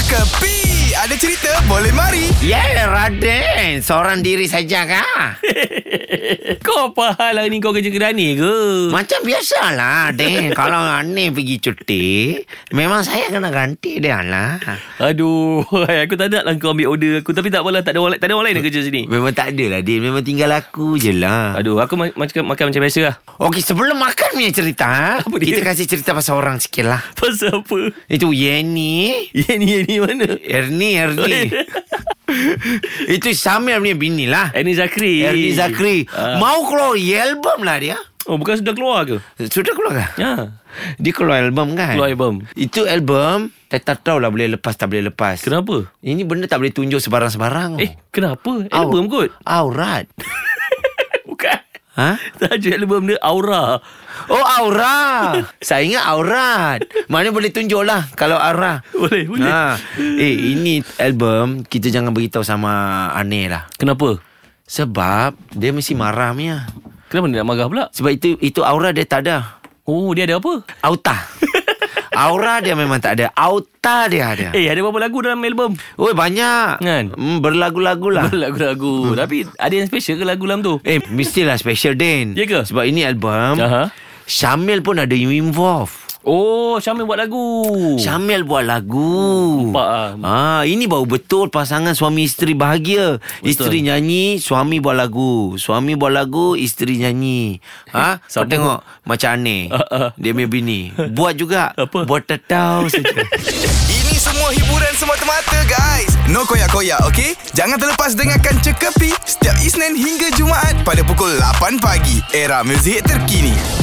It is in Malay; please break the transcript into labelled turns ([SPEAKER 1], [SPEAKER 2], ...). [SPEAKER 1] Kepi Ada cerita boleh mari
[SPEAKER 2] Ya, Raden. Seorang diri saja kah?
[SPEAKER 3] Kau apa hal hari ni kau kerja kerani ke?
[SPEAKER 2] Macam biasalah, Raden. Kalau Ani pergi cuti, memang saya kena ganti dia lah.
[SPEAKER 3] Aduh, hai, aku tak nak lah kau ambil order aku tapi tak apalah tak ada orang, tak ada orang lain nak kerja sini.
[SPEAKER 2] Memang tak ada lah, Din. Memang tinggal aku je lah.
[SPEAKER 3] Aduh, aku ma- macam makan macam biasa lah.
[SPEAKER 2] Okey, sebelum makan punya cerita, ha,
[SPEAKER 3] Apa dia?
[SPEAKER 2] kita kasih cerita pasal orang sikit lah.
[SPEAKER 3] Pasal apa?
[SPEAKER 2] Itu Yeni.
[SPEAKER 3] Ya ni, ya ni mana?
[SPEAKER 2] Ernie, Ernie. Itu Samir punya bini lah.
[SPEAKER 3] Ernie Zakri.
[SPEAKER 2] Ernie Zakri.
[SPEAKER 3] Eh. Ah.
[SPEAKER 2] Mau keluar album lah dia.
[SPEAKER 3] Oh, bukan sudah keluar ke?
[SPEAKER 2] Sudah keluar kah?
[SPEAKER 3] Ya.
[SPEAKER 2] Dia keluar album kan?
[SPEAKER 3] Keluar album.
[SPEAKER 2] Itu album Tak tak tahu lah boleh lepas Tak boleh lepas
[SPEAKER 3] Kenapa?
[SPEAKER 2] Ini benda tak boleh tunjuk Sebarang-sebarang
[SPEAKER 3] Eh, kenapa? Album kot.
[SPEAKER 2] Aurat
[SPEAKER 3] Bukan.
[SPEAKER 2] Ha?
[SPEAKER 3] Tajuk album dia Aura.
[SPEAKER 2] Oh aura Saya ingat aurat Mana boleh tunjuk lah Kalau aura
[SPEAKER 3] Boleh, boleh.
[SPEAKER 2] ha. Eh ini album Kita jangan beritahu sama Aneh lah
[SPEAKER 3] Kenapa?
[SPEAKER 2] Sebab Dia mesti marah punya
[SPEAKER 3] Kenapa dia nak marah pula?
[SPEAKER 2] Sebab itu Itu aura dia tak ada
[SPEAKER 3] Oh, dia ada apa?
[SPEAKER 2] Auta Aura dia memang tak ada Auta dia ada
[SPEAKER 3] Eh, ada berapa lagu dalam album?
[SPEAKER 2] Oi banyak
[SPEAKER 3] Kan?
[SPEAKER 2] Hmm, Berlagu-lagu lah
[SPEAKER 3] Lagu-lagu. Tapi ada yang special ke lagu dalam tu?
[SPEAKER 2] Eh mestilah special Din
[SPEAKER 3] Ya ke?
[SPEAKER 2] Sebab ini album
[SPEAKER 3] Aha.
[SPEAKER 2] Syamil pun ada you involve
[SPEAKER 3] Oh, Syamil buat lagu.
[SPEAKER 2] Syamil buat lagu
[SPEAKER 3] Oh. Nampak
[SPEAKER 2] ah,
[SPEAKER 3] ah.
[SPEAKER 2] Ini baru betul pasangan suami isteri bahagia betul. Isteri nyanyi Suami buat lagu Suami buat lagu Isteri nyanyi ha? Kau
[SPEAKER 3] Sama.
[SPEAKER 2] tengok Macam aneh
[SPEAKER 3] Eh, Ah, ah.
[SPEAKER 2] Dia punya bini Buat juga
[SPEAKER 3] Apa?
[SPEAKER 2] Buat tetau saja
[SPEAKER 1] Ini semua hiburan semata-mata guys No koyak-koyak ok Jangan terlepas dengarkan Cekapi Setiap Isnin hingga Jumaat Pada pukul 8 pagi Era muzik terkini